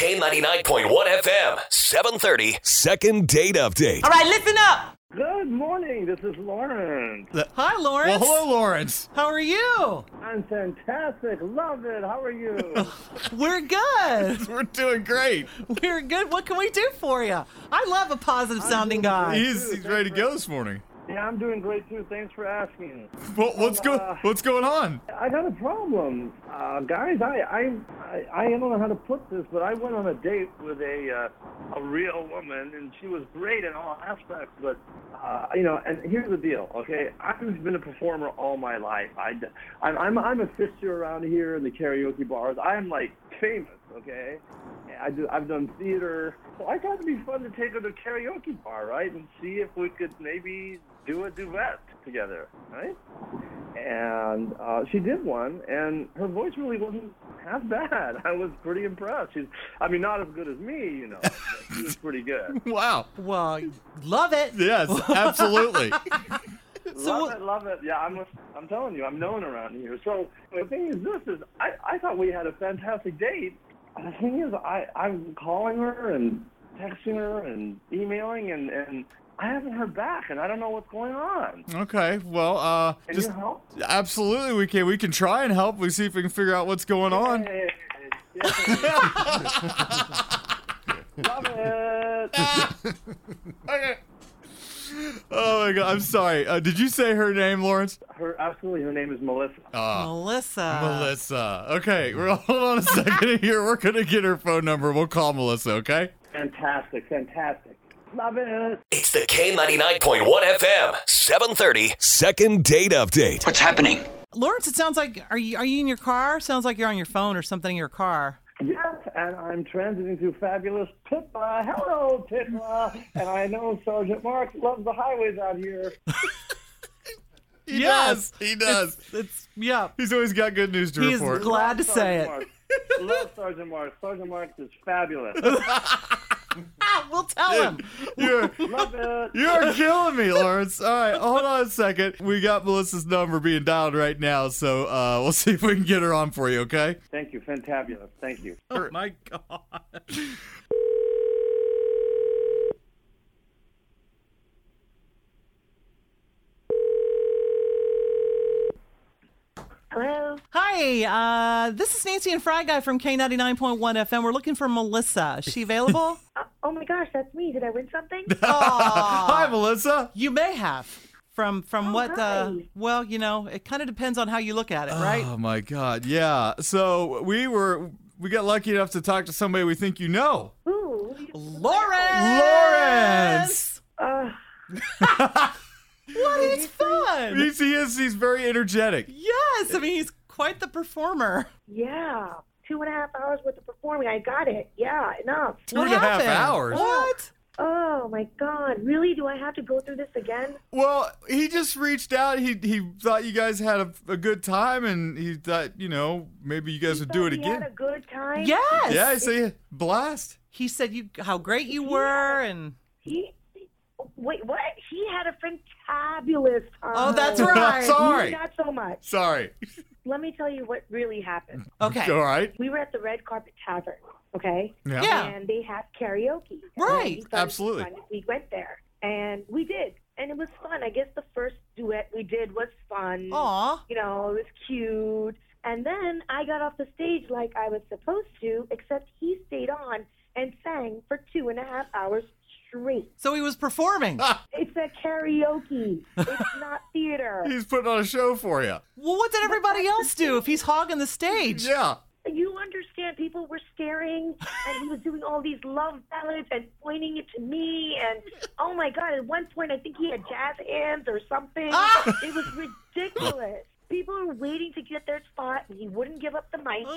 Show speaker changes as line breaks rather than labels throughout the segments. K99.1 FM, 730.
Second date update.
All right, listen up.
Good morning. This is Lawrence.
Hi, Lawrence.
Well, hello, Lawrence.
How are you?
I'm fantastic. Love it. How are you?
We're good.
We're doing great.
We're good. What can we do for you? I love a positive sounding guy.
He's, he's ready to go this morning.
yeah, I'm doing great too. Thanks for asking.
What, what's go,
Uh,
What's going on?
I got a problem, uh, guys. I, I I I don't know how to put this, but I went on a date with a uh, a real woman, and she was great in all aspects. But uh, you know, and here's the deal, okay? I've been a performer all my life. I I'm I'm, I'm a fixture around here in the karaoke bars. I'm like famous, okay? I do, I've done theater, so I thought it'd be fun to take her to a karaoke bar, right, and see if we could maybe do a duet together, right? and uh, she did one, and her voice really wasn't half bad. I was pretty impressed. She's, I mean, not as good as me, you know. But she was pretty good.
Wow.
Well, love it.
Yes, absolutely.
So
love it, love it. Yeah, I'm. I'm telling you, I'm known around here. So the thing is, this is. I, I thought we had a fantastic date. The thing is, I I'm calling her and texting her and emailing and and. I haven't heard back, and I don't know what's going on.
Okay. Well, uh,
Can
just
you help?
absolutely we can we can try and help. We see if we can figure out what's going on.
Hey, yeah. Love it.
Okay. Oh my god, I'm sorry. Uh, did you say her name, Lawrence?
Her absolutely. Her name is Melissa.
Oh.
Melissa.
Melissa. Okay, we're hold on a second here. We're gonna get her phone number. We'll call Melissa. Okay.
Fantastic, fantastic. Love it.
It's the K99.1 FM, 730.
Second date update.
What's happening?
Lawrence, it sounds like are you are you in your car? Sounds like you're on your phone or something in your car.
Yes, and I'm transiting through fabulous Pitla. Hello, Pitla. and I know Sergeant Marks loves the highways out here.
He
Yes.
does. He does.
It's yeah.
He's always got good news to
He is
report.
glad to say
Sergeant
it.
Marks. Love Sergeant Marks. Sergeant Marks is fabulous.
Ah, we'll tell him.
You're
Love it.
you're killing me, Lawrence. All right, hold on a second. We got Melissa's number being dialed right now, so uh, we'll see if we can get her on for you. Okay.
Thank you. Fantabulous. Thank you.
my God.
Hello.
Hi, uh, this is Nancy and Fry Guy from K99.1 FM. We're looking for Melissa. Is she available?
Oh, oh my gosh, that's me. Did I win something?
Hi, Melissa.
You may have. From from
Oh,
what uh
hi.
well, you know, it kind of depends on how you look at it, right?
Oh my God. Yeah. So we were we got lucky enough to talk to somebody we think you know.
Ooh.
Lawrence!
Lawrence!
Uh,
What is fun!
He's, he is. He's very energetic.
Yes, I mean he's quite the performer.
yeah. Two and a half hours worth of performing. I got it. Yeah, enough.
Two and a half hours.
What?
Oh my god. Really? Do I have to go through this again?
Well, he just reached out. He he thought you guys had a, a good time, and he thought you know maybe you guys would do
Thought
it
we
again.
Had a good time.
Yes.
yeah, I say blast.
He said you how great you were and
He. Wait, what? He had a fantabulous time.
Oh, that's right.
Sorry.
Not so much.
Sorry.
Let me tell you what really happened.
Okay.
All right.
We were at the Red Carpet Tavern. Okay.
Yeah.
and they have karaoke. And
Right.
we thought it was
Absolutely.
fun. We went there and we did, and it was fun. I guess the first duet we did was fun.
Aw.
You know, it was cute. And then I got off the stage like I was supposed to, except he stayed on and sang for two and a half hours straight.
So he was performing.
It's a karaoke. it's not theater.
He's putting on a show for you.
Well, what did everybody else do if he's hogging the stage?
Yeah.
You understand? People were staring, and he was doing all these love ballads and pointing it to me. And oh my god! At one point, I think he had jazz hands or something. It was ridiculous. People were waiting to get their spot, and he wouldn't give up the mic.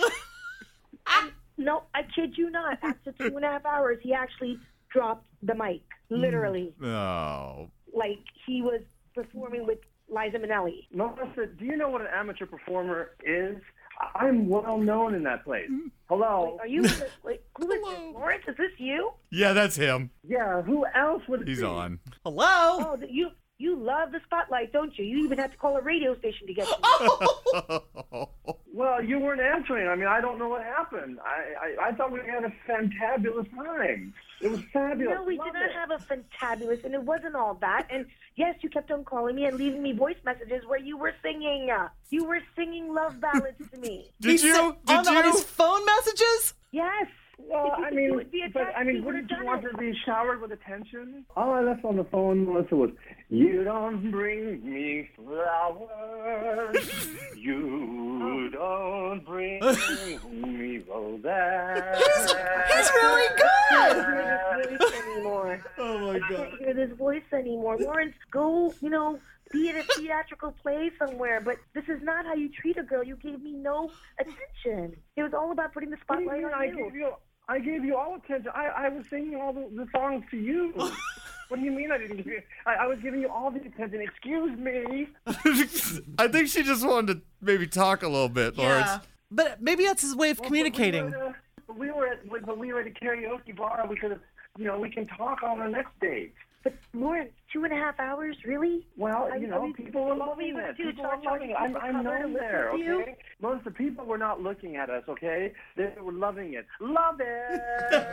And no, I kid you not. After two and a half hours, he actually dropped the mic. Literally,
Oh.
like he was performing with Liza Minnelli.
Melissa, do you know what an amateur performer is? I- I'm well known in that place.
Mm.
Hello.
Are you? Like, who is this? Lawrence? Is this you?
Yeah, that's him.
Yeah. Who else would it
He's
be?
on.
Hello?
Oh, th- you You love the spotlight, don't you? You even had to call a radio station to get to me.
Oh, Well, you weren't answering. I mean, I don't know what happened. I, I, I thought we had a fantabulous time. It was fabulous.
No, we
Love
did not
it.
have a fantabulous, and it wasn't all that. And yes, you kept on calling me and leaving me voice messages where you were singing. Uh, you were singing love ballads to me.
Did
He
you?
sent-
Did
on,
you?
on his phone messages?
Yes.
Well, I
It
mean,
would be a
but
test.
I
We
mean,
would've
wouldn't you
done
want
it.
to be showered with attention? All I left on the phone, Melissa, was, "You don't bring me flowers. you
Oh.
don't bring me roses."
He's really
I
good.
don't hear this voice anymore.
oh my
I
god.
can't hear this voice anymore. Lawrence, go, you know, be at a theatrical play somewhere. But this is not how you treat a girl. You gave me no attention. It was all about putting the
What do you
spotlight
mean
on
I gave you. I gave you all attention. I, I was singing all the, the songs to you. what do you mean I didn't give you? I, I was giving you all the attention. Excuse me.
I think she just wanted to maybe talk a little bit, Lawrence.
But maybe that's his way of communicating.
But we were at, but we were at a karaoke bar. We could have, you know, we can talk on the next date.
But Lawrence, two and a half hours, really?
Well,
I-
you
I
know,
mean,
people were
what we
loving
would
it.
do,
People were
George,
loving it.
I
I'm,
would
I'm
cover
known
and listen
there,
to you.
okay? Most of the people were not looking at us, okay? They were loving it. Love it!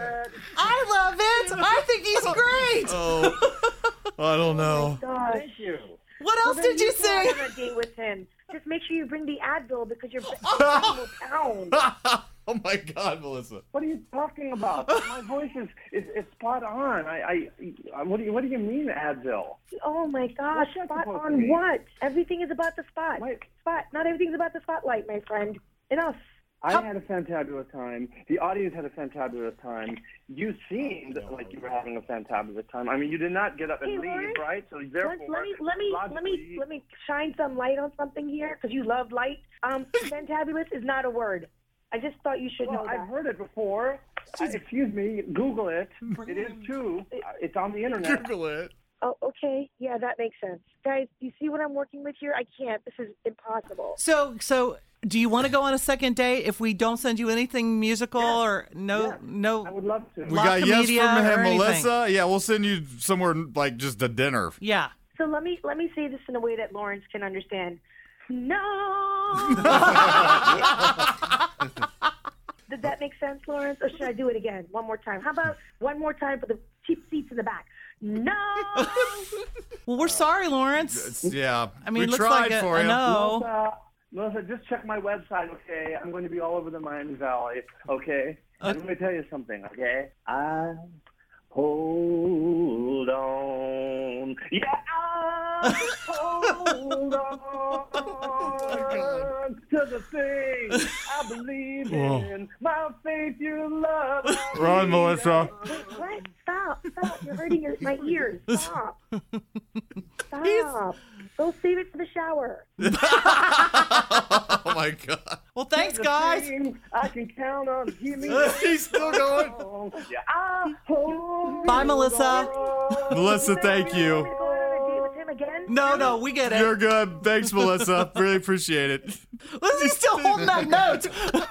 I love it. I think he's great.
Oh, I don't know.
Gosh.
Thank you.
What else
Well, then
did you
can
sing?
have a date with him. Just make sure you bring the Advil because your brain will pound.
oh my god, Melissa.
What are you talking about? My voice is, is, is spot on. I, I, what do you, what do you mean Advil?
Oh my gosh!
that
Spot
supposed to
on
mean?
what? Everything is about the spot.
Wait.
Spot. Not everything's about the spotlight, my friend. Enough.
I had a fantabulous time. The audience had a fantabulous time. You seemed like you were having a fantabulous time. I mean, you did not get up and
Hey,
leave,
Lawrence,
right? So
Let,
therefore,
let me let me let me
logically-
let me shine some light on something here because you love light. Um, fantabulous is not a word. I just thought you should
Well,
know
I've
that.
heard it before. I- excuse me, Google it. It is too. Uh, It's on the internet.
Google it.
Oh, okay. Yeah, that makes sense, guys. You see what I'm working with here? I can't. This is impossible.
So, so do you want to go on a second date if we don't send you anything musical or no, no?
I would love to.
We
La
got yes
Comedia
from
or anything.
Melissa. Yeah, we'll send you somewhere like just to dinner.
yeah.
So let me let me say this in a way that Lawrence can understand. No. Did that make sense, Lawrence? Or should I do it again, one more time? How about one more time for the cheap seats in the back? No.
Well, we're sorry, Lawrence.
It's- yeah,
I mean,
we
it looks
tried
like a,
for
a
you.
no.
Melissa, Melissa, just check my website, okay? I'm going to be all over the Miami Valley, okay? And let me tell you something, okay? Uh, I hold on. Yeah, I hold Oh, on to the thing I believe in. My faith, your love. I
Run,
need.
Melissa.
What? Stop! Stop! You're hurting your, my ears. Stop! Stop! Go save it for the shower.
Oh my god.
Well, thanks, guys.
Thing I can count on. Give me.
He's still going.
Yeah, I hold
Bye,
Uh,
Melissa.
on.
Melissa, thank
You want me
you.
to go on a date with him again?
No, no, we get it.
You're good. Thanks, Melissa. Really appreciate it.
Lizzie's still holding that note.